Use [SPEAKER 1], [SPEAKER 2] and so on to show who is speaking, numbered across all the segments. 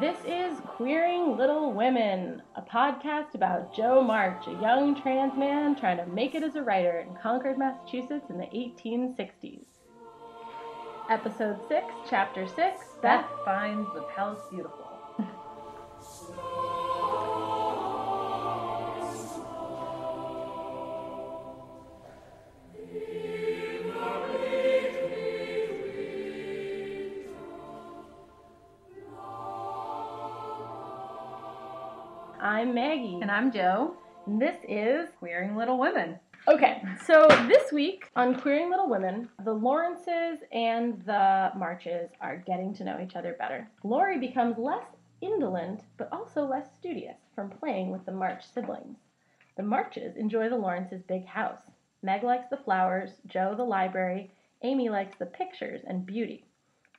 [SPEAKER 1] This is Queering Little Women, a podcast about Joe March, a young trans man trying to make it as a writer in Concord, Massachusetts in the 1860s. Episode 6, Chapter 6 Beth
[SPEAKER 2] Beth finds the palace beautiful.
[SPEAKER 1] I'm Maggie.
[SPEAKER 2] And I'm Joe,
[SPEAKER 1] And this is.
[SPEAKER 2] queering little women.
[SPEAKER 1] Okay, so this week on Queering Little Women, the Lawrences and the Marches are getting to know each other better. Lori becomes less indolent, but also less studious from playing with the March siblings. The Marches enjoy the Lawrences' big house. Meg likes the flowers, Joe the library, Amy likes the pictures and beauty.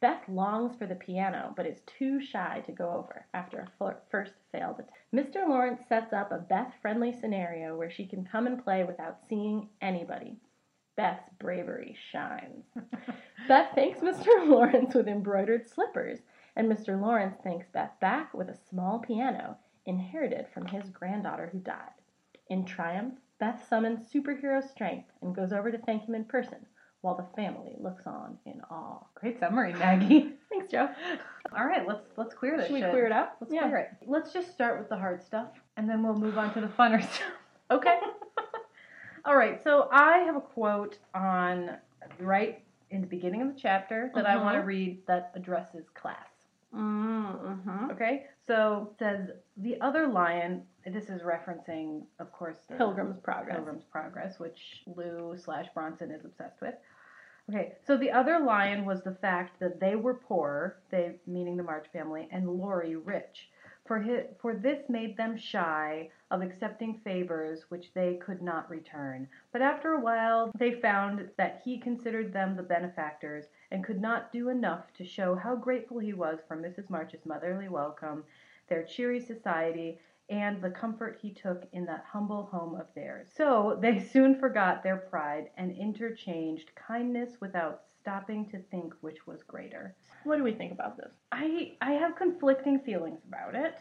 [SPEAKER 1] Beth longs for the piano, but is too shy to go over after a fir- first failed attempt. Mr. Lawrence sets up a Beth friendly scenario where she can come and play without seeing anybody. Beth's bravery shines. Beth thanks Mr. Lawrence with embroidered slippers, and Mr. Lawrence thanks Beth back with a small piano inherited from his granddaughter who died. In triumph, Beth summons superhero strength and goes over to thank him in person, while the family looks on in awe.
[SPEAKER 2] Great summary, Maggie.
[SPEAKER 1] Thanks, Joe.
[SPEAKER 2] All right, let's let's queer this.
[SPEAKER 1] Should we
[SPEAKER 2] shit.
[SPEAKER 1] queer it up?
[SPEAKER 2] Let's queer it. Let's just start with the hard stuff, and then we'll move on to the funner stuff.
[SPEAKER 1] Okay.
[SPEAKER 2] All right, so I have a quote on right in the beginning of the chapter that I want to
[SPEAKER 1] Mhm.
[SPEAKER 2] read that addresses class.
[SPEAKER 1] Mm-hmm.
[SPEAKER 2] Okay, so it says the other lion. This is referencing, of course, the-
[SPEAKER 1] Pilgrim's Progress.
[SPEAKER 2] Pilgrim's Progress, which Lou slash Bronson is obsessed with. Okay, so the other lion was the fact that they were poor, they meaning the March family, and Lori rich. For his, for this made them shy of accepting favors which they could not return. But after a while, they found that he considered them the benefactors and could not do enough to show how grateful he was for Mrs. March's motherly welcome, their cheery society, and the comfort he took in that humble home of theirs. So they soon forgot their pride and interchanged kindness without stopping to think which was greater.
[SPEAKER 1] What do we think about this?
[SPEAKER 2] I I have conflicting feelings about it.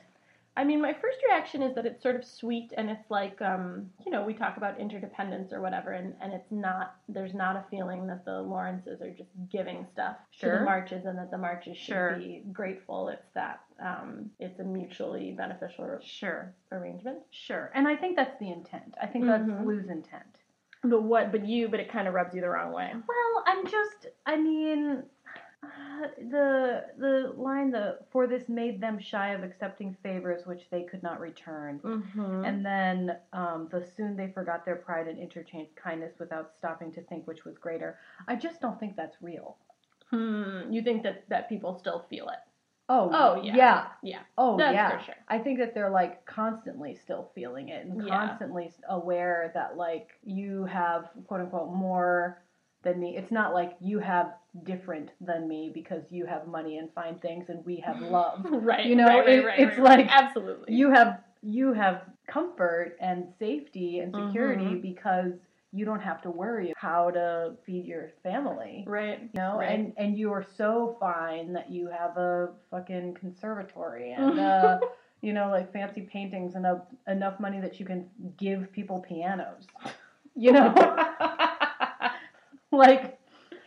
[SPEAKER 1] I mean, my first reaction is that it's sort of sweet and it's like, um, you know, we talk about interdependence or whatever, and, and it's not, there's not a feeling that the Lawrences are just giving stuff to the
[SPEAKER 2] Sure.
[SPEAKER 1] marches and that the marches should
[SPEAKER 2] Sure.
[SPEAKER 1] be grateful. It's that, um, it's a mutually beneficial ar-
[SPEAKER 2] Sure,
[SPEAKER 1] arrangement.
[SPEAKER 2] sure. And I think that's the intent. I think
[SPEAKER 1] Mhm.
[SPEAKER 2] that's Lou's intent.
[SPEAKER 1] But what, but you, but it kind of rubs you the wrong way.
[SPEAKER 2] Well, I'm just I mean uh, the the line the for this made them shy of accepting favors which they could not return.
[SPEAKER 1] Mm-hmm. And
[SPEAKER 2] And then, um, the soon they forgot their pride and interchanged kindness without stopping to think which was greater. I just don't think that's real.
[SPEAKER 1] hmm, you think that, that people still feel it.
[SPEAKER 2] Oh,
[SPEAKER 1] Oh, yeah.
[SPEAKER 2] yeah,
[SPEAKER 1] Yeah.
[SPEAKER 2] oh
[SPEAKER 1] That's
[SPEAKER 2] yeah.
[SPEAKER 1] for sure.
[SPEAKER 2] I think that they're like constantly still feeling it and
[SPEAKER 1] Yeah.
[SPEAKER 2] constantly s- aware that like you have quote unquote more than me. It's not like you have different than me because you have money and fine things and we have love.
[SPEAKER 1] Right.
[SPEAKER 2] You know,
[SPEAKER 1] right, right,
[SPEAKER 2] it-
[SPEAKER 1] right,
[SPEAKER 2] it's
[SPEAKER 1] right, right.
[SPEAKER 2] like
[SPEAKER 1] absolutely.
[SPEAKER 2] you have you have comfort and safety and security
[SPEAKER 1] Mhm.
[SPEAKER 2] because you don't have to worry how to feed your family
[SPEAKER 1] right.
[SPEAKER 2] you know
[SPEAKER 1] Right.
[SPEAKER 2] and and you are so fine that you have a fucking conservatory and uh you know like fancy paintings and a, enough money that you can give people pianos you know like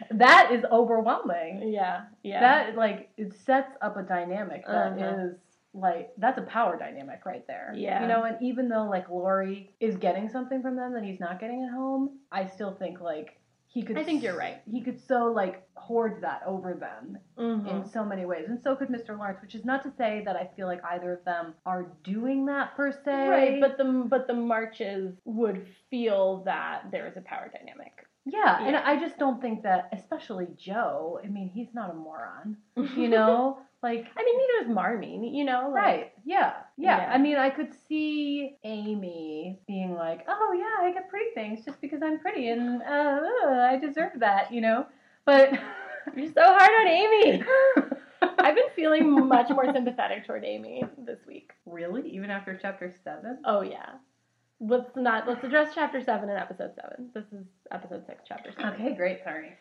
[SPEAKER 2] that is overwhelming
[SPEAKER 1] Yeah. Yeah.
[SPEAKER 2] that like it sets up a dynamic that is
[SPEAKER 1] Uh-huh.
[SPEAKER 2] like that's a power dynamic right there.
[SPEAKER 1] Yeah.
[SPEAKER 2] You know, and even though like Lori is getting something from them that he's not getting at home, I still think like he could
[SPEAKER 1] I think
[SPEAKER 2] s-
[SPEAKER 1] you're right.
[SPEAKER 2] He could so like hoard that over them
[SPEAKER 1] Mhm.
[SPEAKER 2] in so many ways. And so could Mr. Lawrence, which is not to say that I feel like either of them are doing that per se.
[SPEAKER 1] Right, but the but the marches would feel that there is a power dynamic.
[SPEAKER 2] yeah, and
[SPEAKER 1] Yeah.
[SPEAKER 2] I just don't think that especially Joe, I mean, he's not a moron. You know? like
[SPEAKER 1] I mean, neither is Marmee. You know, like,
[SPEAKER 2] Right. Yeah. yeah.
[SPEAKER 1] Yeah.
[SPEAKER 2] I mean, I could see Amy being like, "Oh yeah, I get pretty things just because I'm pretty, and uh, ugh, I deserve that," you know. But
[SPEAKER 1] You're so hard on Amy. I've been feeling much more sympathetic toward Amy this week.
[SPEAKER 2] really, even after chapter seven,
[SPEAKER 1] Oh yeah. Let's not let's address chapter seven and episode seven. This is episode six, chapter seven.
[SPEAKER 2] Oh, okay, great. Sorry,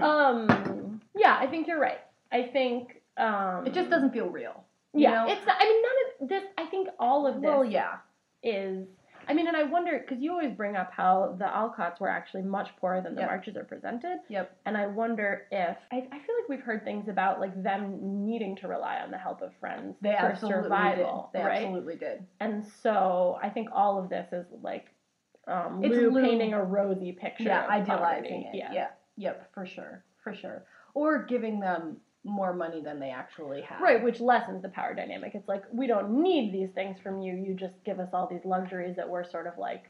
[SPEAKER 1] Um. Yeah, I think you're right. I think um,
[SPEAKER 2] it just doesn't feel real. You
[SPEAKER 1] yeah,
[SPEAKER 2] know?
[SPEAKER 1] it's. Not, I mean, none of this. I think all of this
[SPEAKER 2] well, yeah.
[SPEAKER 1] is. I mean, and I wonder because you always bring up how the Alcotts were actually much poorer than the
[SPEAKER 2] Yeah.
[SPEAKER 1] marches are presented,
[SPEAKER 2] Yep.
[SPEAKER 1] and I wonder if I, I feel like we've heard things about like them needing to rely on the help of friends
[SPEAKER 2] They
[SPEAKER 1] for
[SPEAKER 2] absolutely
[SPEAKER 1] survival,
[SPEAKER 2] did. They
[SPEAKER 1] right?
[SPEAKER 2] absolutely did.
[SPEAKER 1] And so I think all of this is like um,
[SPEAKER 2] It's
[SPEAKER 1] Lou,
[SPEAKER 2] Lou-
[SPEAKER 1] painting a rosy picture.
[SPEAKER 2] Yeah,
[SPEAKER 1] of
[SPEAKER 2] idealizing
[SPEAKER 1] poverty.
[SPEAKER 2] it.
[SPEAKER 1] Yeah.
[SPEAKER 2] yeah. Yep, for sure. For sure. Or giving them more money than they actually have.
[SPEAKER 1] Right, which lessens the power dynamic. It's like we don't need these things from you. You just give us all these luxuries that we're sort of like,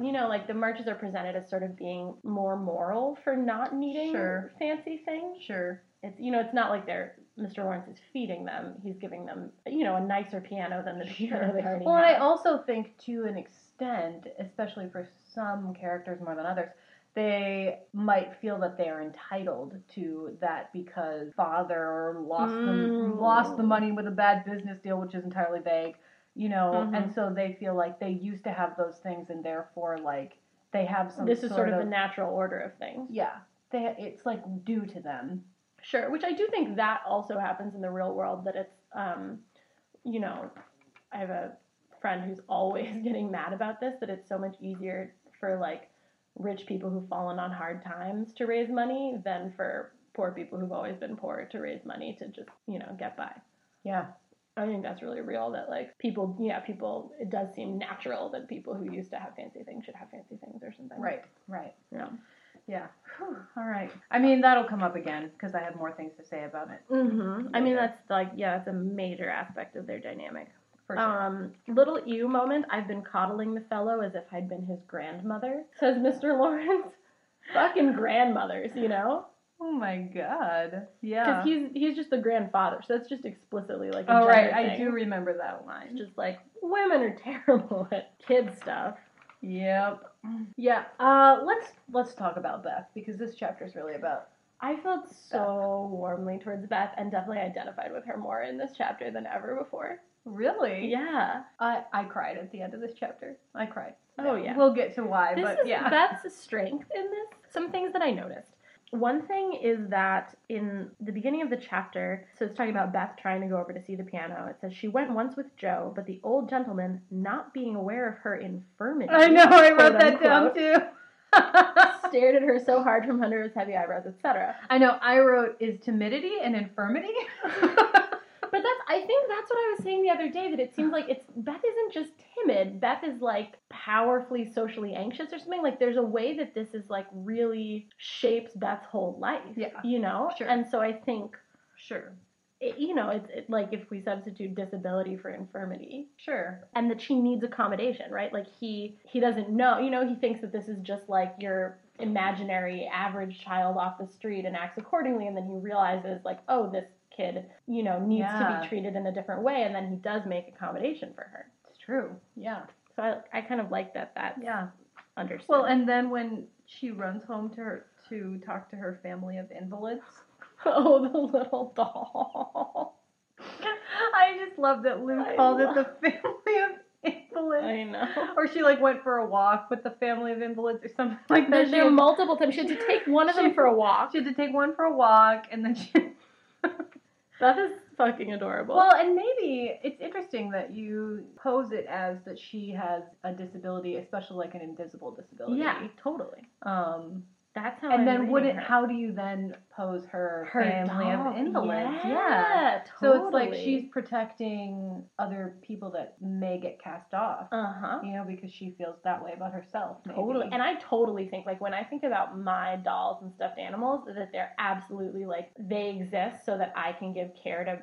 [SPEAKER 1] you know, like the marches are presented as sort of being more moral for not needing
[SPEAKER 2] Sure.
[SPEAKER 1] fancy things.
[SPEAKER 2] Sure.
[SPEAKER 1] It's you know, it's not like they're Mr. Lawrence is feeding them. He's giving them, you know, a nicer piano than the piano they already
[SPEAKER 2] Well, and I
[SPEAKER 1] have.
[SPEAKER 2] also think to an extent, especially for some characters more than others, they might feel that they are entitled to that because father lost
[SPEAKER 1] Mm.
[SPEAKER 2] the lost the money with a bad business deal, which is entirely vague, you know,
[SPEAKER 1] Mhm.
[SPEAKER 2] and so they feel like they used to have those things, and therefore, like they have some.
[SPEAKER 1] this is sort of the natural order of things.
[SPEAKER 2] yeah. They, it's like due to them.
[SPEAKER 1] Sure, which I do think that also happens in the real world. That it's, um, you know, I have a friend who's always getting mad about this. That it's so much easier for like rich people who've fallen on hard times to raise money than for poor people who've always been poor to raise money to just you know get by.
[SPEAKER 2] Yeah.
[SPEAKER 1] I think that's really real. That like people, yeah, people. It does seem natural that people who used to have fancy things should have fancy things or something.
[SPEAKER 2] Right. Right.
[SPEAKER 1] Yeah.
[SPEAKER 2] Yeah. Whew, all right. I mean, that'll come up again because I have more things to say about it.
[SPEAKER 1] hmm I mean,
[SPEAKER 2] Yeah.
[SPEAKER 1] that's like yeah, that's a major aspect of their dynamic.
[SPEAKER 2] For sure.
[SPEAKER 1] Um, little ew moment. I've been coddling the fellow as if I'd been his grandmother, says Mr. Lawrence. Fucking grandmothers, you know?
[SPEAKER 2] Oh my god.
[SPEAKER 1] Because
[SPEAKER 2] Yeah.
[SPEAKER 1] he's he's just the grandfather, so that's just explicitly like. a
[SPEAKER 2] oh right,
[SPEAKER 1] gender
[SPEAKER 2] I
[SPEAKER 1] thing.
[SPEAKER 2] do remember that
[SPEAKER 1] It's
[SPEAKER 2] line.
[SPEAKER 1] just like women are terrible at kid stuff.
[SPEAKER 2] Yep. Yeah. Uh, let's let's talk about Beth because this chapter is really about.
[SPEAKER 1] I felt so warmly towards Beth and definitely identified with her more in this chapter than ever before.
[SPEAKER 2] Really?
[SPEAKER 1] Yeah.
[SPEAKER 2] I I cried at the end of this chapter. I cried.
[SPEAKER 1] Oh, yeah.
[SPEAKER 2] We'll get to why,
[SPEAKER 1] This
[SPEAKER 2] but
[SPEAKER 1] is
[SPEAKER 2] yeah.
[SPEAKER 1] Beth's strength in this. Some things that I noticed. One thing is that in the beginning of the chapter, so it's talking about Beth trying to go over to see the piano. It says she went once with Joe, but the old gentleman, not being aware of her infirmity,
[SPEAKER 2] I know. I wrote
[SPEAKER 1] quote
[SPEAKER 2] that down
[SPEAKER 1] unquote,
[SPEAKER 2] too.
[SPEAKER 1] stared at her so hard from under his heavy eyebrows, etc.
[SPEAKER 2] I know. I wrote is timidity an infirmity.
[SPEAKER 1] But that's I think that's what I was saying the other day that it seems like it's Beth isn't just timid. Beth is like powerfully socially anxious or something. Like there's a way that this is like really shapes Beth's whole life.
[SPEAKER 2] Yeah.
[SPEAKER 1] You know?
[SPEAKER 2] Sure.
[SPEAKER 1] And so I think
[SPEAKER 2] sure.
[SPEAKER 1] it, you know, it's it, like if we substitute disability for infirmity
[SPEAKER 2] Sure.
[SPEAKER 1] and that she needs accommodation, right? Like he he doesn't know, you know, he thinks that this is just like your imaginary average child off the street and acts accordingly and then he realizes like, oh, this kid, you know, needs to
[SPEAKER 2] Yeah.
[SPEAKER 1] be treated in a different way and then he does make accommodation for her.
[SPEAKER 2] It's true. Yeah.
[SPEAKER 1] So I I kind of like that that
[SPEAKER 2] Yeah.
[SPEAKER 1] understood.
[SPEAKER 2] Well, and then when she runs home to her to talk to her family of invalids,
[SPEAKER 1] oh, the little doll.
[SPEAKER 2] I just love that Lou
[SPEAKER 1] I
[SPEAKER 2] called
[SPEAKER 1] love-
[SPEAKER 2] it the family of invalids.
[SPEAKER 1] I know.
[SPEAKER 2] Or she like went for a walk with the family of invalids or something like
[SPEAKER 1] There,
[SPEAKER 2] that.
[SPEAKER 1] there were
[SPEAKER 2] she,
[SPEAKER 1] multiple times she had to take one of them
[SPEAKER 2] She-
[SPEAKER 1] for a walk.
[SPEAKER 2] she had to take one for a walk, and then she.
[SPEAKER 1] That is fucking adorable.
[SPEAKER 2] Well, and maybe it's interesting that you pose it as that she has a disability, especially like an invisible disability.
[SPEAKER 1] yeah, totally.
[SPEAKER 2] Um,
[SPEAKER 1] That's how. I'm
[SPEAKER 2] and then
[SPEAKER 1] reading
[SPEAKER 2] wouldn't
[SPEAKER 1] her.
[SPEAKER 2] how do you then pose her,
[SPEAKER 1] her
[SPEAKER 2] family
[SPEAKER 1] dog.
[SPEAKER 2] of invalids?
[SPEAKER 1] Yeah,
[SPEAKER 2] So
[SPEAKER 1] totally.
[SPEAKER 2] it's like she's protecting other people that may get cast off,
[SPEAKER 1] uh huh.
[SPEAKER 2] you know, because she feels that way about herself. Maybe.
[SPEAKER 1] Totally. And I totally think, like, when I think about my dolls and stuffed animals, that they're absolutely like, they exist so that I can give care to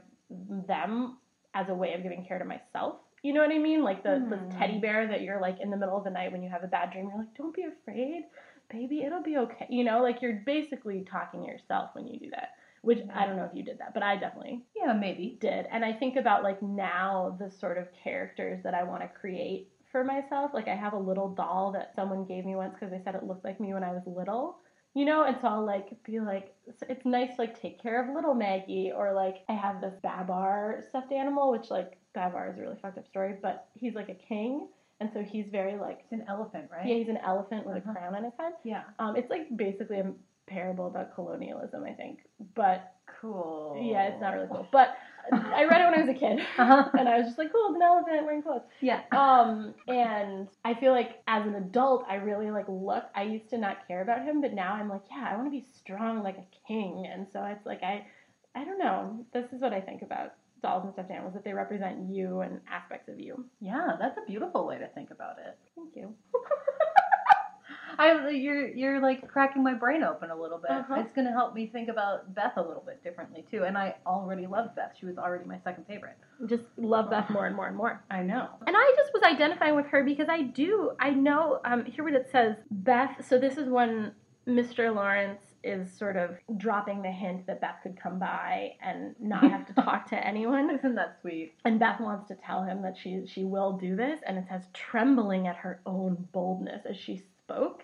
[SPEAKER 1] them as a way of giving care to myself. You know what I mean? Like the, the
[SPEAKER 2] Hmm.
[SPEAKER 1] teddy bear that you're like in the middle of the night when you have a bad dream, you're like, don't be afraid, baby, it'll be okay. You know, like you're basically talking to yourself when you do that, which I don't know if you did that, but I definitely
[SPEAKER 2] yeah, maybe.
[SPEAKER 1] did. And I think about like now the sort of characters that I want to create for myself. Like I have a little doll that someone gave me once because they said it looked like me when I was little. You know, and so I'll like be like, it's- it's nice to, like take care of little Maggie, or like I have this Babar stuffed animal, which like Babar is a really fucked up story, but he's like a king, and so he's very like,
[SPEAKER 2] It's an elephant, right?
[SPEAKER 1] yeah, he's an elephant with
[SPEAKER 2] Uh-huh.
[SPEAKER 1] a crown on his head.
[SPEAKER 2] Yeah.
[SPEAKER 1] Um, it's like basically a parable about colonialism, I think, but
[SPEAKER 2] Cool.
[SPEAKER 1] yeah, it's not really cool. But I read it when I was a kid,
[SPEAKER 2] Uh-huh.
[SPEAKER 1] and I was just like, "Cool, it's an elephant wearing clothes."
[SPEAKER 2] Yeah.
[SPEAKER 1] Um, and I feel like as an adult, I really like look. I used to not care about him, but now I'm like, yeah, I want to be strong like a king. And so it's like I, I don't know. This is what I think about dolls and stuffed animals that they represent you and aspects of you.
[SPEAKER 2] Yeah, that's a beautiful way to think about it.
[SPEAKER 1] Thank you.
[SPEAKER 2] I you're you're like cracking my brain open a little bit.
[SPEAKER 1] Uh-huh.
[SPEAKER 2] It's gonna help me think about Beth a little bit differently too. And I already love Beth. She was already my second favorite.
[SPEAKER 1] Just love Beth more and more and more.
[SPEAKER 2] I know.
[SPEAKER 1] And I just was identifying with her because I do, I know, um, here what it says Beth. So this is when Mr. Lawrence is sort of dropping the hint that Beth could come by and not have to talk to anyone.
[SPEAKER 2] Isn't that sweet?
[SPEAKER 1] And Beth wants to tell him that she she will do this, and it says trembling at her own boldness as she spoke.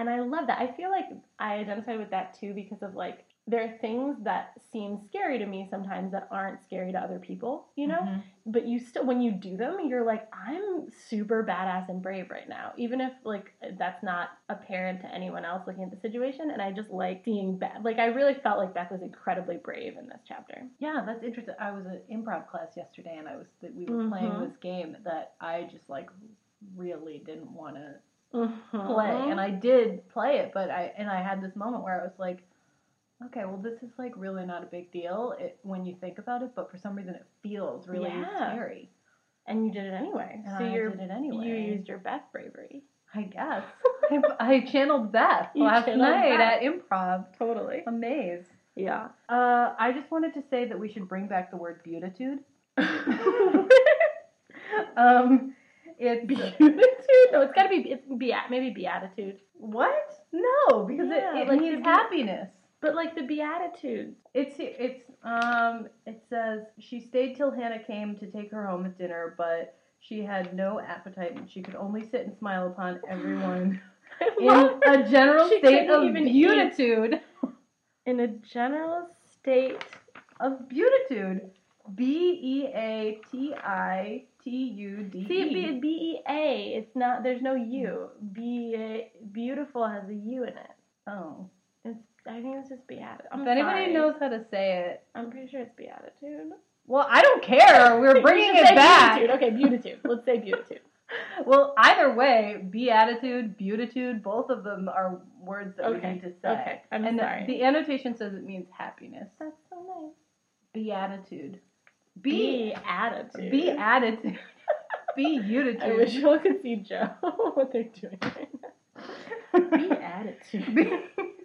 [SPEAKER 1] And I love that. I feel like I identify with that too because of like there are things that seem scary to me sometimes that aren't scary to other people, you know?
[SPEAKER 2] Mhm.
[SPEAKER 1] But you still when you do them, you're like, I'm super badass and brave right now. Even if like that's not apparent to anyone else looking at the situation. And I just like seeing Beth. Like I really felt like Beth was incredibly brave in this chapter.
[SPEAKER 2] Yeah, that's interesting. I was at improv class yesterday, and I was that we were playing
[SPEAKER 1] Mhm.
[SPEAKER 2] this game that I just like really didn't want to
[SPEAKER 1] Mhm.
[SPEAKER 2] play, and I did play it, but I and I had this moment where I was like, okay, well, this is like really not a big deal it, when you think about it, but for some reason it feels really
[SPEAKER 1] Yeah.
[SPEAKER 2] scary,
[SPEAKER 1] And you did it anyway.
[SPEAKER 2] and
[SPEAKER 1] so
[SPEAKER 2] I
[SPEAKER 1] you're
[SPEAKER 2] did it anyway.
[SPEAKER 1] you used your Beth bravery.
[SPEAKER 2] I guess I, I channeled Beth
[SPEAKER 1] You
[SPEAKER 2] last
[SPEAKER 1] channeled
[SPEAKER 2] night
[SPEAKER 1] Beth.
[SPEAKER 2] at improv.
[SPEAKER 1] Totally.
[SPEAKER 2] Amaze.
[SPEAKER 1] Yeah.
[SPEAKER 2] Uh, I just wanted to say that we should bring back the word beatitude. um, it's
[SPEAKER 1] Beatitude? No, it's gotta be it's be maybe beatitude.
[SPEAKER 2] what? No, because
[SPEAKER 1] Yeah,
[SPEAKER 2] it,
[SPEAKER 1] like
[SPEAKER 2] it
[SPEAKER 1] the
[SPEAKER 2] means
[SPEAKER 1] beat-
[SPEAKER 2] happiness.
[SPEAKER 1] But like the beatitude.
[SPEAKER 2] It's it's um it says she stayed till Hannah came to take her home with dinner, but she had no appetite and she could only sit and smile upon everyone
[SPEAKER 1] I
[SPEAKER 2] in
[SPEAKER 1] love it.
[SPEAKER 2] a general
[SPEAKER 1] She
[SPEAKER 2] state
[SPEAKER 1] couldn't
[SPEAKER 2] of
[SPEAKER 1] even eat.
[SPEAKER 2] beatitude.
[SPEAKER 1] in a general state.
[SPEAKER 2] Of beatitude. B E A T I T U D
[SPEAKER 1] See B
[SPEAKER 2] E.
[SPEAKER 1] B E A. It's not there's no U. B E A beautiful has a U in it.
[SPEAKER 2] Oh.
[SPEAKER 1] It's I think it's just beatitude.
[SPEAKER 2] If anybody knows how to say it.
[SPEAKER 1] I'm pretty sure it's beatitude.
[SPEAKER 2] Well, I don't care. We're
[SPEAKER 1] We
[SPEAKER 2] bringing
[SPEAKER 1] should say
[SPEAKER 2] it back.
[SPEAKER 1] Beatitude. Okay, beatitude. Let's say beatitude.
[SPEAKER 2] Well, either way, beatitude, beatitude, both of them are words that
[SPEAKER 1] Okay,
[SPEAKER 2] we need to say.
[SPEAKER 1] Okay, I'm
[SPEAKER 2] and the-
[SPEAKER 1] sorry.
[SPEAKER 2] The, annotation says it means happiness.
[SPEAKER 1] That's so nice.
[SPEAKER 2] Beatitude. Be
[SPEAKER 1] Be attitude.
[SPEAKER 2] beatitude. Beatitude.
[SPEAKER 1] I wish y'all could see Joe what they're doing right now. Be attitude.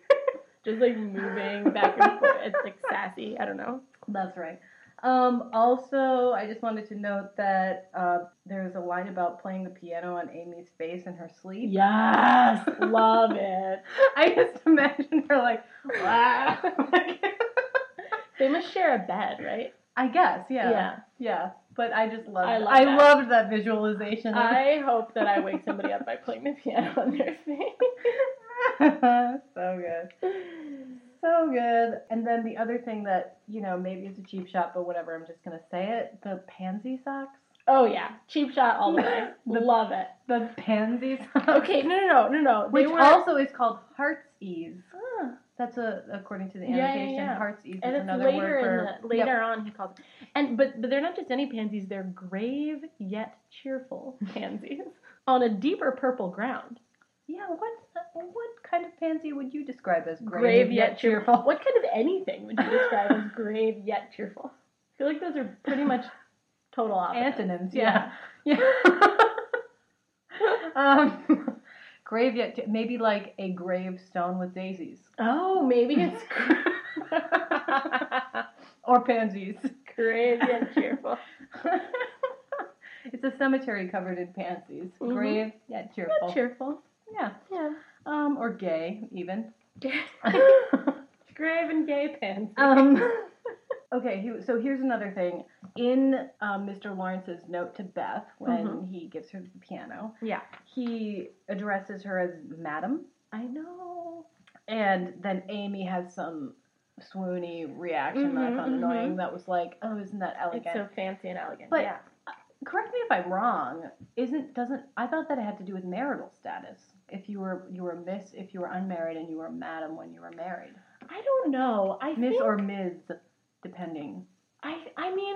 [SPEAKER 1] Just like moving back and forth. It's like sassy. I don't know.
[SPEAKER 2] That's right. Um, also, I just wanted to note that uh, there's a line about playing the piano on Amy's face in her sleep.
[SPEAKER 1] Yes, love it.
[SPEAKER 2] I just imagine her like, wow.
[SPEAKER 1] They must share a bed, right?
[SPEAKER 2] I guess, Yeah, but I just loved.
[SPEAKER 1] I
[SPEAKER 2] I,
[SPEAKER 1] love that.
[SPEAKER 2] loved that visualization.
[SPEAKER 1] I hope that I wake somebody up by playing the piano on their face.
[SPEAKER 2] so good, so good. And then the other thing that you know maybe it's a cheap shot, but whatever. I'm just gonna say it. The pansy socks.
[SPEAKER 1] Oh yeah, cheap shot all the way.
[SPEAKER 2] The-
[SPEAKER 1] love it.
[SPEAKER 2] The pansy socks.
[SPEAKER 1] Okay, no, no, no, no, no. They
[SPEAKER 2] Which
[SPEAKER 1] were-
[SPEAKER 2] also is called heart's ease.
[SPEAKER 1] Ah.
[SPEAKER 2] That's a according to the
[SPEAKER 1] Yeah, yeah,
[SPEAKER 2] annotation.
[SPEAKER 1] yeah.
[SPEAKER 2] Heart's ease
[SPEAKER 1] And
[SPEAKER 2] is
[SPEAKER 1] it's
[SPEAKER 2] another
[SPEAKER 1] later
[SPEAKER 2] word for
[SPEAKER 1] in the, later on he calls it. And but but they're not just any pansies, they're grave yet cheerful pansies on a deeper purple ground.
[SPEAKER 2] Yeah, what what kind of pansy would you describe as grave,
[SPEAKER 1] What kind of anything would you describe as grave yet cheerful? I feel like those are pretty much total opposites.
[SPEAKER 2] Antonyms,
[SPEAKER 1] Yeah.
[SPEAKER 2] yeah. Yeah. um, grave yet, maybe like a gravestone with daisies.
[SPEAKER 1] Oh, maybe it's
[SPEAKER 2] or pansies.
[SPEAKER 1] grave yet cheerful.
[SPEAKER 2] it's a cemetery covered in pansies.
[SPEAKER 1] Mhm.
[SPEAKER 2] Grave yet cheerful.
[SPEAKER 1] Yet cheerful.
[SPEAKER 2] Yeah.
[SPEAKER 1] Yeah.
[SPEAKER 2] Um, or gay, even.
[SPEAKER 1] grave and gay pansies.
[SPEAKER 2] Um, okay, he, so here's another thing. In um, Mr. Lawrence's note to Beth, when
[SPEAKER 1] Mhm.
[SPEAKER 2] he gives her the piano,
[SPEAKER 1] Yeah.
[SPEAKER 2] he addresses her as Madam,
[SPEAKER 1] I know.
[SPEAKER 2] and then Amy has some swoony reaction that I
[SPEAKER 1] Mhm,
[SPEAKER 2] found
[SPEAKER 1] mhm.
[SPEAKER 2] annoying that was like, oh, isn't that
[SPEAKER 1] It's
[SPEAKER 2] elegant?
[SPEAKER 1] so fancy and elegant.
[SPEAKER 2] But-
[SPEAKER 1] yeah.
[SPEAKER 2] Correct me if I'm wrong. Isn't doesn't I thought that it had to do with marital status. If you were you were Miss, if you were unmarried, and you were Madam when you were married,
[SPEAKER 1] I don't know. I
[SPEAKER 2] Miss
[SPEAKER 1] think
[SPEAKER 2] or Ms, depending.
[SPEAKER 1] I I mean,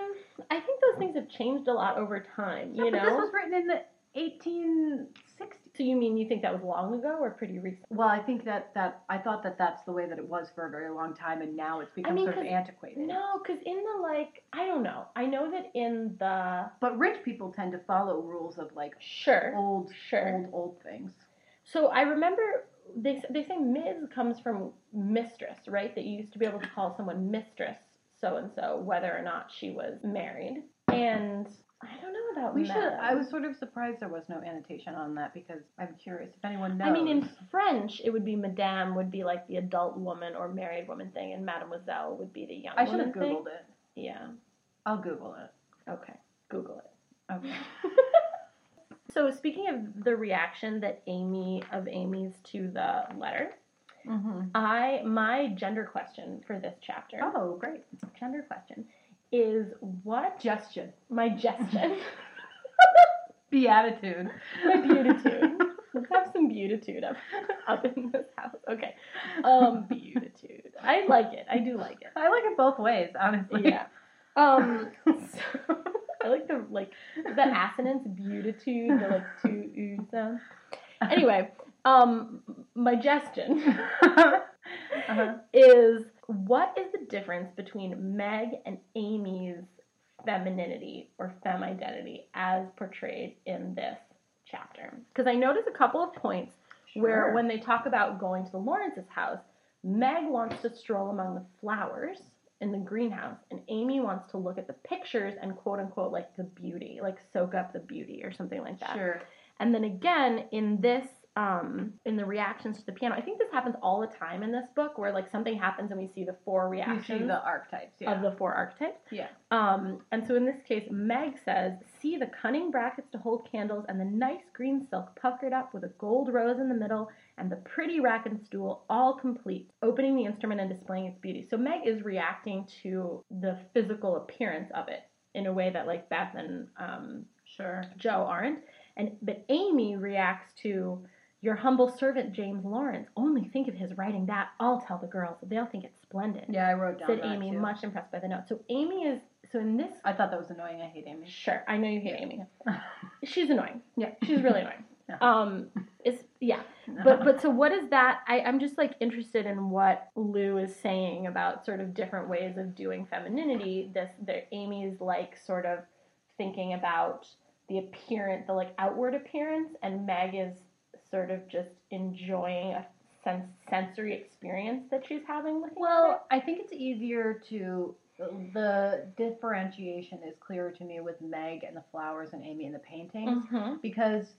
[SPEAKER 1] I think those things have changed a lot over time, you
[SPEAKER 2] No, but this
[SPEAKER 1] know.
[SPEAKER 2] was written in the 1860s.
[SPEAKER 1] So you mean you think that was long ago or pretty recent?
[SPEAKER 2] Well, I think that that I thought that that's the way that it was for a very long time, and now it's become
[SPEAKER 1] mean,
[SPEAKER 2] sort of
[SPEAKER 1] 'cause-
[SPEAKER 2] antiquated.
[SPEAKER 1] No, because in the like, I don't know. I know that in the
[SPEAKER 2] But rich people tend to follow rules of like
[SPEAKER 1] sure,
[SPEAKER 2] old,
[SPEAKER 1] sure.
[SPEAKER 2] old, old things.
[SPEAKER 1] So I remember they they say Ms. comes from mistress, right? That you used to be able to call someone mistress so and so, whether or not she was married. And I don't know about
[SPEAKER 2] We should.
[SPEAKER 1] madam.
[SPEAKER 2] I was sort of surprised there was no annotation on that because I'm curious if anyone knows.
[SPEAKER 1] I mean, in French, it would be Madame would be like the adult woman or married woman thing, and Mademoiselle would be the young
[SPEAKER 2] I should
[SPEAKER 1] woman
[SPEAKER 2] have
[SPEAKER 1] thing.
[SPEAKER 2] googled it.
[SPEAKER 1] Yeah.
[SPEAKER 2] I'll Google it.
[SPEAKER 1] Okay. Google it.
[SPEAKER 2] Okay.
[SPEAKER 1] So speaking of the reaction that Amy of Amy's to the letter,
[SPEAKER 2] hmm
[SPEAKER 1] I my gender question for this chapter,
[SPEAKER 2] Oh, great.
[SPEAKER 1] gender question, is what
[SPEAKER 2] Gestion.
[SPEAKER 1] my gestion,
[SPEAKER 2] Beatitude.
[SPEAKER 1] my beatitude. Let's have some beatitude up up in this house. Okay, um, beatitude. I like it. I do like it.
[SPEAKER 2] I like it both ways, honestly.
[SPEAKER 1] Yeah. Um, so- I like the like the assonance beatitude, the like two ooh sound. Anyway, um, my gestion.
[SPEAKER 2] uh-huh.
[SPEAKER 1] is what is the difference between Meg and Amy's femininity or femme identity as portrayed in this chapter? Because I noticed a couple of points where
[SPEAKER 2] Sure.
[SPEAKER 1] when they talk about going to the Lawrence's house, Meg wants to stroll among the flowers in the greenhouse, and Amy wants to look at the pictures and quote unquote like the beauty, like soak up the beauty or something like that.
[SPEAKER 2] Sure.
[SPEAKER 1] And then again in this um in the reactions to the piano, I think this happens all the time in this book where like something happens and we see the four
[SPEAKER 2] You see
[SPEAKER 1] reactions
[SPEAKER 2] the archetypes. Yeah.
[SPEAKER 1] of the four archetypes.
[SPEAKER 2] yeah.
[SPEAKER 1] Um and so in this case Meg says, "See the cunning brackets to hold candles and the nice green silk puckered up with a gold rose in the middle and the pretty rack and stool all complete, opening the instrument and displaying its beauty." So Meg is reacting to the physical appearance of it in a way that like Beth and um
[SPEAKER 2] Sure.
[SPEAKER 1] Joe aren't. And but Amy reacts to your humble servant James Lawrence. Only think of his writing that. I'll tell the girls. They'll think it's splendid.
[SPEAKER 2] Yeah, I wrote down
[SPEAKER 1] said
[SPEAKER 2] that
[SPEAKER 1] Amy,
[SPEAKER 2] too.
[SPEAKER 1] much impressed by the note. So Amy is so in this.
[SPEAKER 2] I thought that was annoying. I hate Amy.
[SPEAKER 1] Sure, I know you hate Amy. She's annoying.
[SPEAKER 2] Yeah.
[SPEAKER 1] She's really annoying.
[SPEAKER 2] Yeah.
[SPEAKER 1] Um, it's yeah.
[SPEAKER 2] Uh-huh.
[SPEAKER 1] But but so what is that? I, I'm just like interested in what Lou is saying about sort of different ways of doing femininity. This the Amy's like sort of thinking about the appearance, the like outward appearance, and Meg is sort of just enjoying a sen- sensory experience that she's having with.
[SPEAKER 2] Well, I think it's easier to the differentiation is clearer to me with Meg and the flowers and Amy and the paintings
[SPEAKER 1] hmm
[SPEAKER 2] because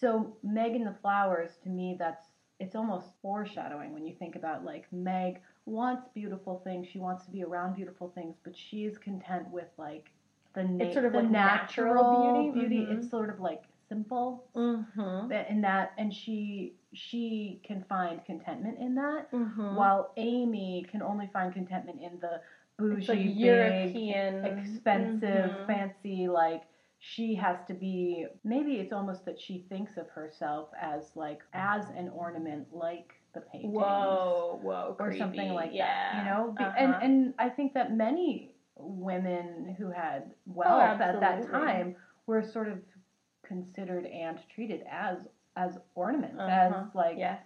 [SPEAKER 2] so Meg and the flowers to me that's it's almost foreshadowing when you think about like Meg wants beautiful things, she wants to be around beautiful things, but she's content with like the na-
[SPEAKER 1] It's sort of
[SPEAKER 2] the
[SPEAKER 1] like natural beauty, mhm.
[SPEAKER 2] It's sort of like simple
[SPEAKER 1] hmm
[SPEAKER 2] that- in that and she she can find contentment in that
[SPEAKER 1] hmm
[SPEAKER 2] while amy can only find contentment in the
[SPEAKER 1] it's
[SPEAKER 2] bougie
[SPEAKER 1] like
[SPEAKER 2] big,
[SPEAKER 1] European,
[SPEAKER 2] expensive
[SPEAKER 1] Mhm.
[SPEAKER 2] fancy like she has to be maybe it's almost that she thinks of herself as like as an ornament like the paintings
[SPEAKER 1] Whoa, whoa,
[SPEAKER 2] or
[SPEAKER 1] creepy.
[SPEAKER 2] something like
[SPEAKER 1] yeah.
[SPEAKER 2] that you know Be-
[SPEAKER 1] Uh-huh.
[SPEAKER 2] and and i think that many women who had wealth at that
[SPEAKER 1] Oh, absolutely.
[SPEAKER 2] time were sort of considered and treated as as ornaments
[SPEAKER 1] Uh-huh.
[SPEAKER 2] as like
[SPEAKER 1] yeah,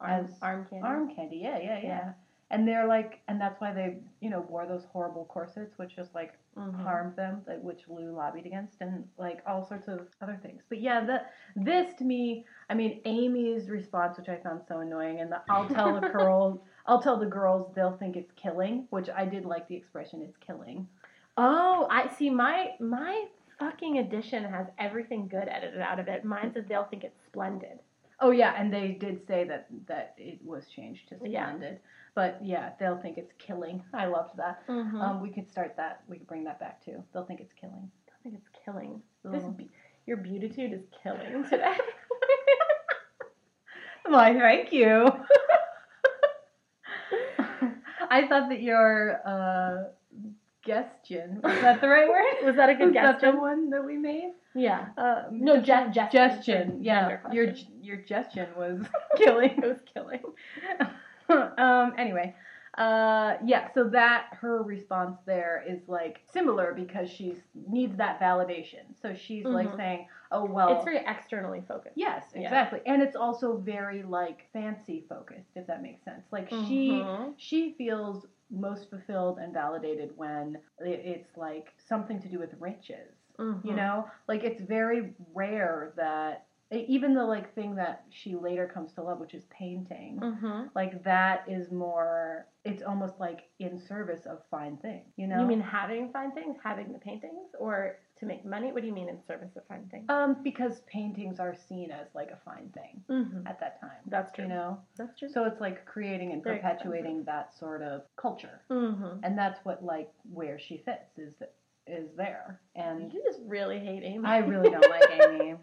[SPEAKER 1] arm,
[SPEAKER 2] as
[SPEAKER 1] arm candy.
[SPEAKER 2] arm candy yeah, yeah yeah
[SPEAKER 1] Yeah.
[SPEAKER 2] and they're like and that's why they you know wore those horrible corsets which just like
[SPEAKER 1] Mhm.
[SPEAKER 2] harmed them like, which lou lobbied against and like all sorts of other things but yeah the, this to me i mean amy's response which i found so annoying and the i'll tell the girls i'll tell the girls they'll think it's killing which i did like the expression it's killing
[SPEAKER 1] Oh, I see. My my fucking edition has everything good edited out of it. Mine says they'll think it's splendid.
[SPEAKER 2] oh yeah and they did say that that it was changed to
[SPEAKER 1] Yeah.
[SPEAKER 2] splendid but yeah they'll think it's killing i loved that
[SPEAKER 1] Mm-hmm.
[SPEAKER 2] Um, we could start that. We could bring that back too. They'll think it's killing.
[SPEAKER 1] I think it's killing. This
[SPEAKER 2] Ugh.
[SPEAKER 1] be- your beautitude is killing today.
[SPEAKER 2] Why? Thank you. I thought that your uh, gestion was that the right word?
[SPEAKER 1] Was that a good
[SPEAKER 2] Was that the
[SPEAKER 1] gestion?
[SPEAKER 2] one that we made?
[SPEAKER 1] Yeah.
[SPEAKER 2] Um,
[SPEAKER 1] No, je- gestion.
[SPEAKER 2] gestion. Yeah,
[SPEAKER 1] Gender
[SPEAKER 2] your
[SPEAKER 1] question.
[SPEAKER 2] your gestion was killing.
[SPEAKER 1] it was killing.
[SPEAKER 2] um, anyway, Uh, yeah, so that her response there is like similar because she's needs that validation. So she's like
[SPEAKER 1] Mhm.
[SPEAKER 2] saying, "Oh well."
[SPEAKER 1] It's very externally focused.
[SPEAKER 2] yes,
[SPEAKER 1] Yeah.
[SPEAKER 2] exactly. And it's also very like fancy focused, if that makes sense. Like she
[SPEAKER 1] Mhm.
[SPEAKER 2] she feels most fulfilled and validated when it- it's like something to do with riches you
[SPEAKER 1] Mhm.
[SPEAKER 2] know like it's very rare that e, even the like thing that she later comes to love which is painting
[SPEAKER 1] Mhm.
[SPEAKER 2] like that is more it's almost like in service of fine things you know
[SPEAKER 1] You mean having fine things, having the paintings, or to make money? What do you mean in service of fine things?
[SPEAKER 2] um because paintings are seen as like a fine thing
[SPEAKER 1] Mm-hmm.
[SPEAKER 2] at that time
[SPEAKER 1] That's true.
[SPEAKER 2] you know
[SPEAKER 1] That's true.
[SPEAKER 2] Uh, so it's like creating and
[SPEAKER 1] Very expensive.
[SPEAKER 2] perpetuating that sort of culture
[SPEAKER 1] mm-hmm.
[SPEAKER 2] and that's what like where she fits is is there and
[SPEAKER 1] You just really hate Amy.
[SPEAKER 2] I really don't like Amy.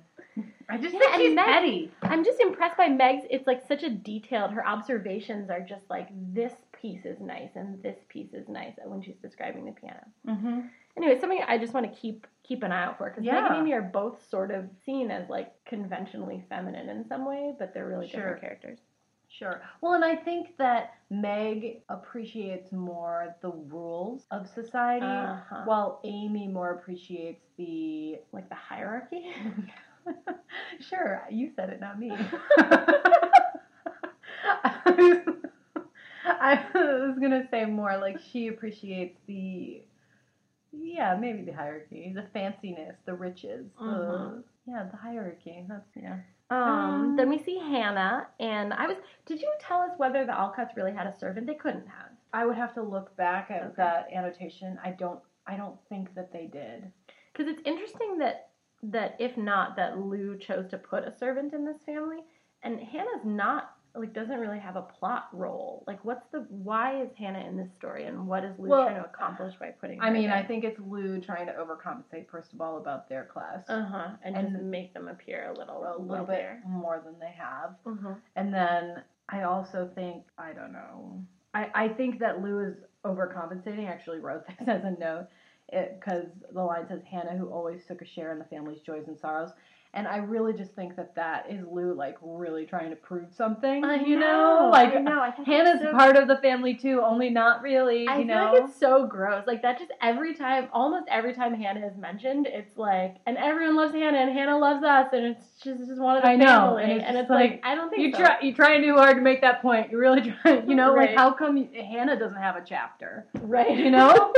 [SPEAKER 2] I just
[SPEAKER 1] Yeah,
[SPEAKER 2] think
[SPEAKER 1] and
[SPEAKER 2] she's
[SPEAKER 1] Meg-
[SPEAKER 2] petty.
[SPEAKER 1] I'm just impressed by Meg's. It's like such a detailed. Her observations are just like this piece is nice and this piece is nice uh, when she's describing the piano.
[SPEAKER 2] Mm-hmm.
[SPEAKER 1] Anyway, it's something I just want to keep keep an eye out for because Meg
[SPEAKER 2] Yeah.
[SPEAKER 1] and Amy are both sort of seen as like conventionally feminine in some way, but they're really
[SPEAKER 2] Sure.
[SPEAKER 1] different characters.
[SPEAKER 2] Sure. Well, and I think that Meg appreciates more the rules of society,
[SPEAKER 1] Uh-huh.
[SPEAKER 2] while Amy more appreciates the.
[SPEAKER 1] Like the hierarchy.
[SPEAKER 2] sure, you said it, not me. I was gonna say more like she appreciates the. Yeah, maybe the hierarchy, the fanciness, the riches, the
[SPEAKER 1] Mhm.
[SPEAKER 2] yeah, the hierarchy. That's yeah.
[SPEAKER 1] Um,
[SPEAKER 2] Um,
[SPEAKER 1] then we see Hannah, and I was. Did you tell us whether the Alcotts really had a servant? They couldn't have.
[SPEAKER 2] I would have to look back at
[SPEAKER 1] Okay.
[SPEAKER 2] that annotation. I don't. I don't think that they did.
[SPEAKER 1] Because it's interesting that that if not, that Lou chose to put a servant in this family, and Hannah's not like doesn't really have a plot role. Like, what's the why is Hannah in this story, and what is Lou
[SPEAKER 2] Well,
[SPEAKER 1] trying to accomplish by putting?
[SPEAKER 2] I
[SPEAKER 1] her
[SPEAKER 2] mean,
[SPEAKER 1] there?
[SPEAKER 2] I think it's Lou trying to overcompensate first of all about their class
[SPEAKER 1] uh huh, and, just
[SPEAKER 2] and-
[SPEAKER 1] make them appear a little
[SPEAKER 2] a little bit more than they have,
[SPEAKER 1] hmm
[SPEAKER 2] and then I also think I don't know. I I think that Lou is overcompensating. I actually wrote this as a note because the line says Hannah, who always took a share in the family's joys and sorrows. And I really just think that that is Lou, like, really trying to prove something. you know? Like,
[SPEAKER 1] I know. I think
[SPEAKER 2] Hannah's
[SPEAKER 1] it's so-
[SPEAKER 2] part of the family too, only not really.
[SPEAKER 1] I
[SPEAKER 2] you
[SPEAKER 1] feel
[SPEAKER 2] know,
[SPEAKER 1] like it's so gross. Like that just every time, almost every time Hannah is mentioned, it's like, and everyone loves Hannah, and Hannah loves us, and it's just, it's just one of the
[SPEAKER 2] I know,
[SPEAKER 1] family.
[SPEAKER 2] and it's
[SPEAKER 1] and
[SPEAKER 2] just
[SPEAKER 1] it's like,
[SPEAKER 2] like,
[SPEAKER 1] I don't think
[SPEAKER 2] you
[SPEAKER 1] so.
[SPEAKER 2] try you trying too hard to make that point. You really try. You know, like
[SPEAKER 1] Right.
[SPEAKER 2] how come you, Hannah doesn't have a chapter?
[SPEAKER 1] right?
[SPEAKER 2] You know,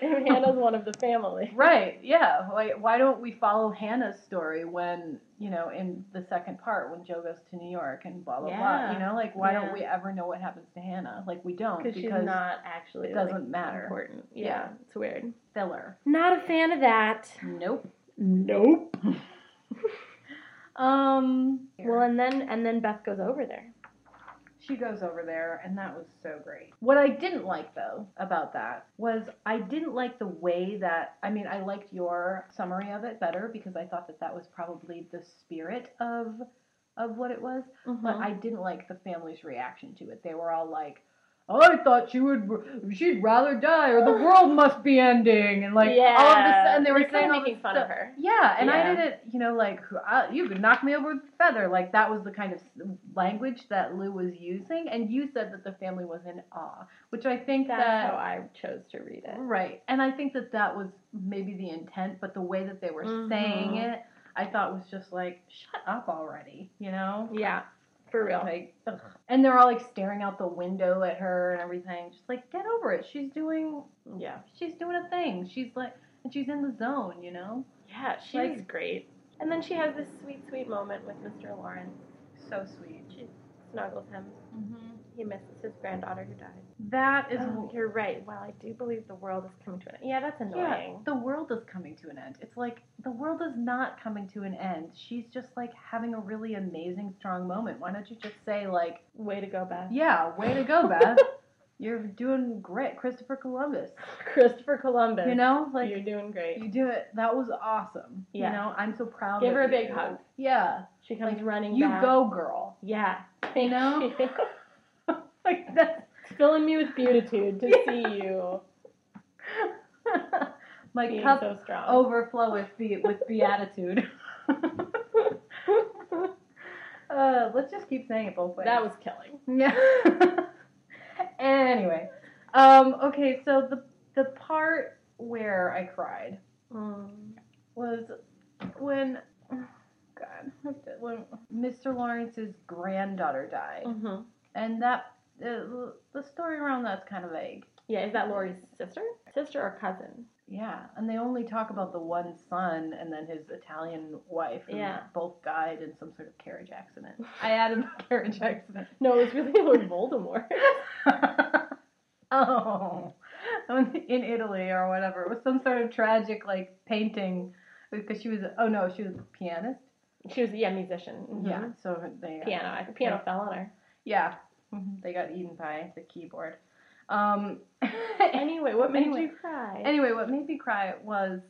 [SPEAKER 1] And Hannah's one of the family.
[SPEAKER 2] right? Yeah. Why why don't we follow Hannah's story when you know in the second part when Joe goes to New York and blah blah blah.
[SPEAKER 1] Yeah.
[SPEAKER 2] You know, like why
[SPEAKER 1] Yeah.
[SPEAKER 2] don't we ever know what happens to Hannah? Like we don't
[SPEAKER 1] Because she's not actually
[SPEAKER 2] it
[SPEAKER 1] like,
[SPEAKER 2] doesn't matter.
[SPEAKER 1] important. Yeah,
[SPEAKER 2] Yeah.
[SPEAKER 1] it's weird.
[SPEAKER 2] filler.
[SPEAKER 1] Not a fan of that.
[SPEAKER 2] Nope.
[SPEAKER 1] Nope.
[SPEAKER 2] Um.
[SPEAKER 1] Well, and then and then Beth goes over there.
[SPEAKER 2] She goes over there, and that was so great. What I didn't like, though, about that was I didn't like the way that, I mean, I liked your summary of it better because I thought that that was probably the spirit of. Of what it was,
[SPEAKER 1] Mm-hmm.
[SPEAKER 2] but
[SPEAKER 1] Uh-huh.
[SPEAKER 2] I didn't like the family's reaction to it. They were all like, "I thought she would, she'd rather die, or the world must be ending," and like all of a
[SPEAKER 1] Yeah.
[SPEAKER 2] sudden they were
[SPEAKER 1] They're kinda
[SPEAKER 2] saying all
[SPEAKER 1] making
[SPEAKER 2] this
[SPEAKER 1] fun of
[SPEAKER 2] stuff.
[SPEAKER 1] her.
[SPEAKER 2] Yeah, and I
[SPEAKER 1] Yeah.
[SPEAKER 2] didn't, you know, like I, you could knock me over with a feather. Like that was the kind of language that Lou was using, and you said that the family was in awe, which I think
[SPEAKER 1] That's
[SPEAKER 2] that
[SPEAKER 1] how I chose to read it.
[SPEAKER 2] right, and I think that that was maybe the intent, but the way that they were
[SPEAKER 1] Mhm.
[SPEAKER 2] saying it, I thought was just like, shut up already, you know.
[SPEAKER 1] Yeah, for real.
[SPEAKER 2] Like, ugh. and they're all like staring out the window at her and everything. Just like, get over it. She's doing,
[SPEAKER 1] Yeah.
[SPEAKER 2] she's doing a thing. She's like, and she's in the zone, you know.
[SPEAKER 1] Yeah, she's
[SPEAKER 2] Like-
[SPEAKER 1] great. And then she has this sweet, sweet moment with Mr. Lawrence.
[SPEAKER 2] So sweet.
[SPEAKER 1] She snuggles him. He misses his granddaughter who died.
[SPEAKER 2] Mm-hmm. That is,
[SPEAKER 1] Oh, you're right. Well, I do believe the world is coming to an end. Yeah, that's
[SPEAKER 2] yeah.
[SPEAKER 1] annoying.
[SPEAKER 2] The world is coming to an end. It's like the world is not coming to an end. She's just like having a really amazing, strong moment. Why don't you just say like,
[SPEAKER 1] Way to go, Beth.
[SPEAKER 2] yeah, way to go, Beth. You're doing great, Christopher Columbus.
[SPEAKER 1] Christopher Columbus.
[SPEAKER 2] You know, like
[SPEAKER 1] you're doing great.
[SPEAKER 2] You do it. That was awesome.
[SPEAKER 1] Yeah.
[SPEAKER 2] You know, I'm so proud.
[SPEAKER 1] Give
[SPEAKER 2] of
[SPEAKER 1] her a
[SPEAKER 2] you.
[SPEAKER 1] big hug.
[SPEAKER 2] Yeah.
[SPEAKER 1] she comes running
[SPEAKER 2] You
[SPEAKER 1] back.
[SPEAKER 2] go, girl.
[SPEAKER 1] Yeah.
[SPEAKER 2] You know?
[SPEAKER 1] It's
[SPEAKER 2] Like that.
[SPEAKER 1] filling me with beatitude to
[SPEAKER 2] Yeah.
[SPEAKER 1] see you
[SPEAKER 2] My
[SPEAKER 1] being
[SPEAKER 2] cup
[SPEAKER 1] so strong.
[SPEAKER 2] overfloweth be- with beatitude. uh, let's just keep saying it both ways.
[SPEAKER 1] that was killing.
[SPEAKER 2] Yeah. anyway, um, okay, so the the part where I cried
[SPEAKER 1] Mm.
[SPEAKER 2] was when, oh, God, what the- when Mr. Lawrence's granddaughter died,
[SPEAKER 1] hmm
[SPEAKER 2] and that the, the story around that's kind of vague.
[SPEAKER 1] Yeah, is that Lori's sister? Sister or cousin?
[SPEAKER 2] Yeah, and they only talk about the one son and then his Italian wife, who
[SPEAKER 1] Yeah.
[SPEAKER 2] both died in some sort of carriage accident. I added the carriage accident.
[SPEAKER 1] No, it was really Lord Voldemort.
[SPEAKER 2] oh, in Italy or whatever. It was some sort of tragic like painting because she was. Oh no, she was a pianist.
[SPEAKER 1] she was yeah musician. Mhm.
[SPEAKER 2] Yeah, so they
[SPEAKER 1] piano. I- Piano fell on her.
[SPEAKER 2] Yeah, mm-hmm, they got eaten by the keyboard. Um,
[SPEAKER 1] Anyway, what made
[SPEAKER 2] Anyway.
[SPEAKER 1] you cry?
[SPEAKER 2] Anyway, what made me cry was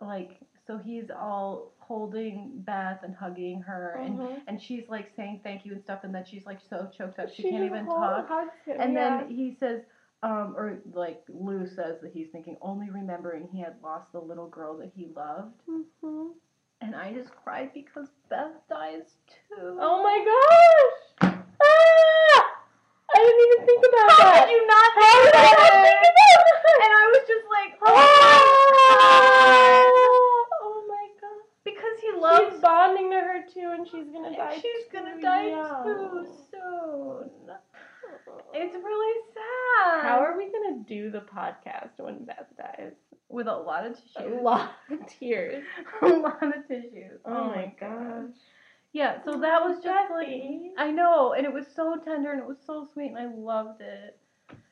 [SPEAKER 2] like so he's all holding Beth and hugging her and
[SPEAKER 1] Mhm.
[SPEAKER 2] and she's like saying thank you and stuff and then she's like so choked up she,
[SPEAKER 1] She
[SPEAKER 2] can't
[SPEAKER 1] just
[SPEAKER 2] even
[SPEAKER 1] hold-
[SPEAKER 2] talk.
[SPEAKER 1] hugs him,
[SPEAKER 2] And
[SPEAKER 1] yeah.
[SPEAKER 2] then he says um or like Lou says that he's thinking only remembering he had lost the little girl that he loved Mm-hmm.
[SPEAKER 1] Mhm.
[SPEAKER 2] and I just cried because Beth dies too.
[SPEAKER 1] Oh my gosh! Ah! I didn't even think about
[SPEAKER 2] How
[SPEAKER 1] that.
[SPEAKER 2] did you not
[SPEAKER 1] How
[SPEAKER 2] think
[SPEAKER 1] did I
[SPEAKER 2] about
[SPEAKER 1] not
[SPEAKER 2] it?
[SPEAKER 1] think about that?
[SPEAKER 2] And I was just like, oh,
[SPEAKER 1] Ah! Oh my god.
[SPEAKER 2] because he
[SPEAKER 1] She's
[SPEAKER 2] loves
[SPEAKER 1] bonding to her too, and she's gonna die.
[SPEAKER 2] And she's gonna
[SPEAKER 1] too
[SPEAKER 2] die
[SPEAKER 1] young.
[SPEAKER 2] too soon. It's really sad.
[SPEAKER 1] How are we gonna do the podcast when Beth dies?
[SPEAKER 2] With a lot of
[SPEAKER 1] A
[SPEAKER 2] tissues.
[SPEAKER 1] lot of tears. Oh
[SPEAKER 2] a lot of tissues. God. Yeah, so that was just like
[SPEAKER 1] Jackie.
[SPEAKER 2] I know, and it was so tender and it was so sweet and I loved it.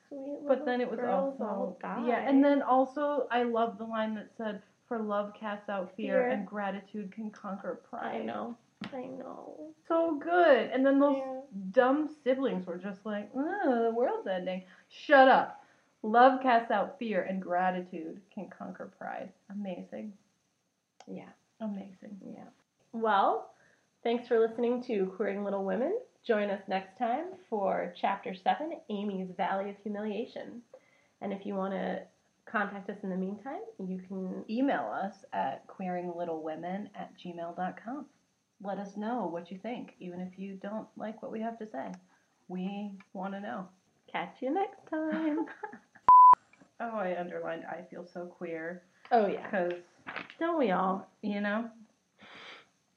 [SPEAKER 1] Sweet
[SPEAKER 2] But then it was
[SPEAKER 1] girls
[SPEAKER 2] also
[SPEAKER 1] all die.
[SPEAKER 2] Yeah, and then also I loved the line that said, For love casts out fear,
[SPEAKER 1] Fear.
[SPEAKER 2] and gratitude can conquer pride.
[SPEAKER 1] I know. I know.
[SPEAKER 2] So good. And then those
[SPEAKER 1] Yeah.
[SPEAKER 2] dumb siblings were just like, Ugh, the world's ending. Shut up. Love casts out fear and gratitude can conquer pride. Amazing.
[SPEAKER 1] Yeah.
[SPEAKER 2] Amazing.
[SPEAKER 1] Yeah. Well, thanks for listening to Queering Little Women. Join us next time for Chapter 7 Amy's Valley of Humiliation. And if you want to contact us in the meantime, you can.
[SPEAKER 2] Email us at queeringlittlewomen at gmail.com. Let us know what you think, even if you don't like what we have to say. We want to know.
[SPEAKER 1] Catch you next time.
[SPEAKER 2] Oh, I underlined I feel so queer
[SPEAKER 1] oh, yeah.
[SPEAKER 2] because,
[SPEAKER 1] Don't we all?
[SPEAKER 2] you know,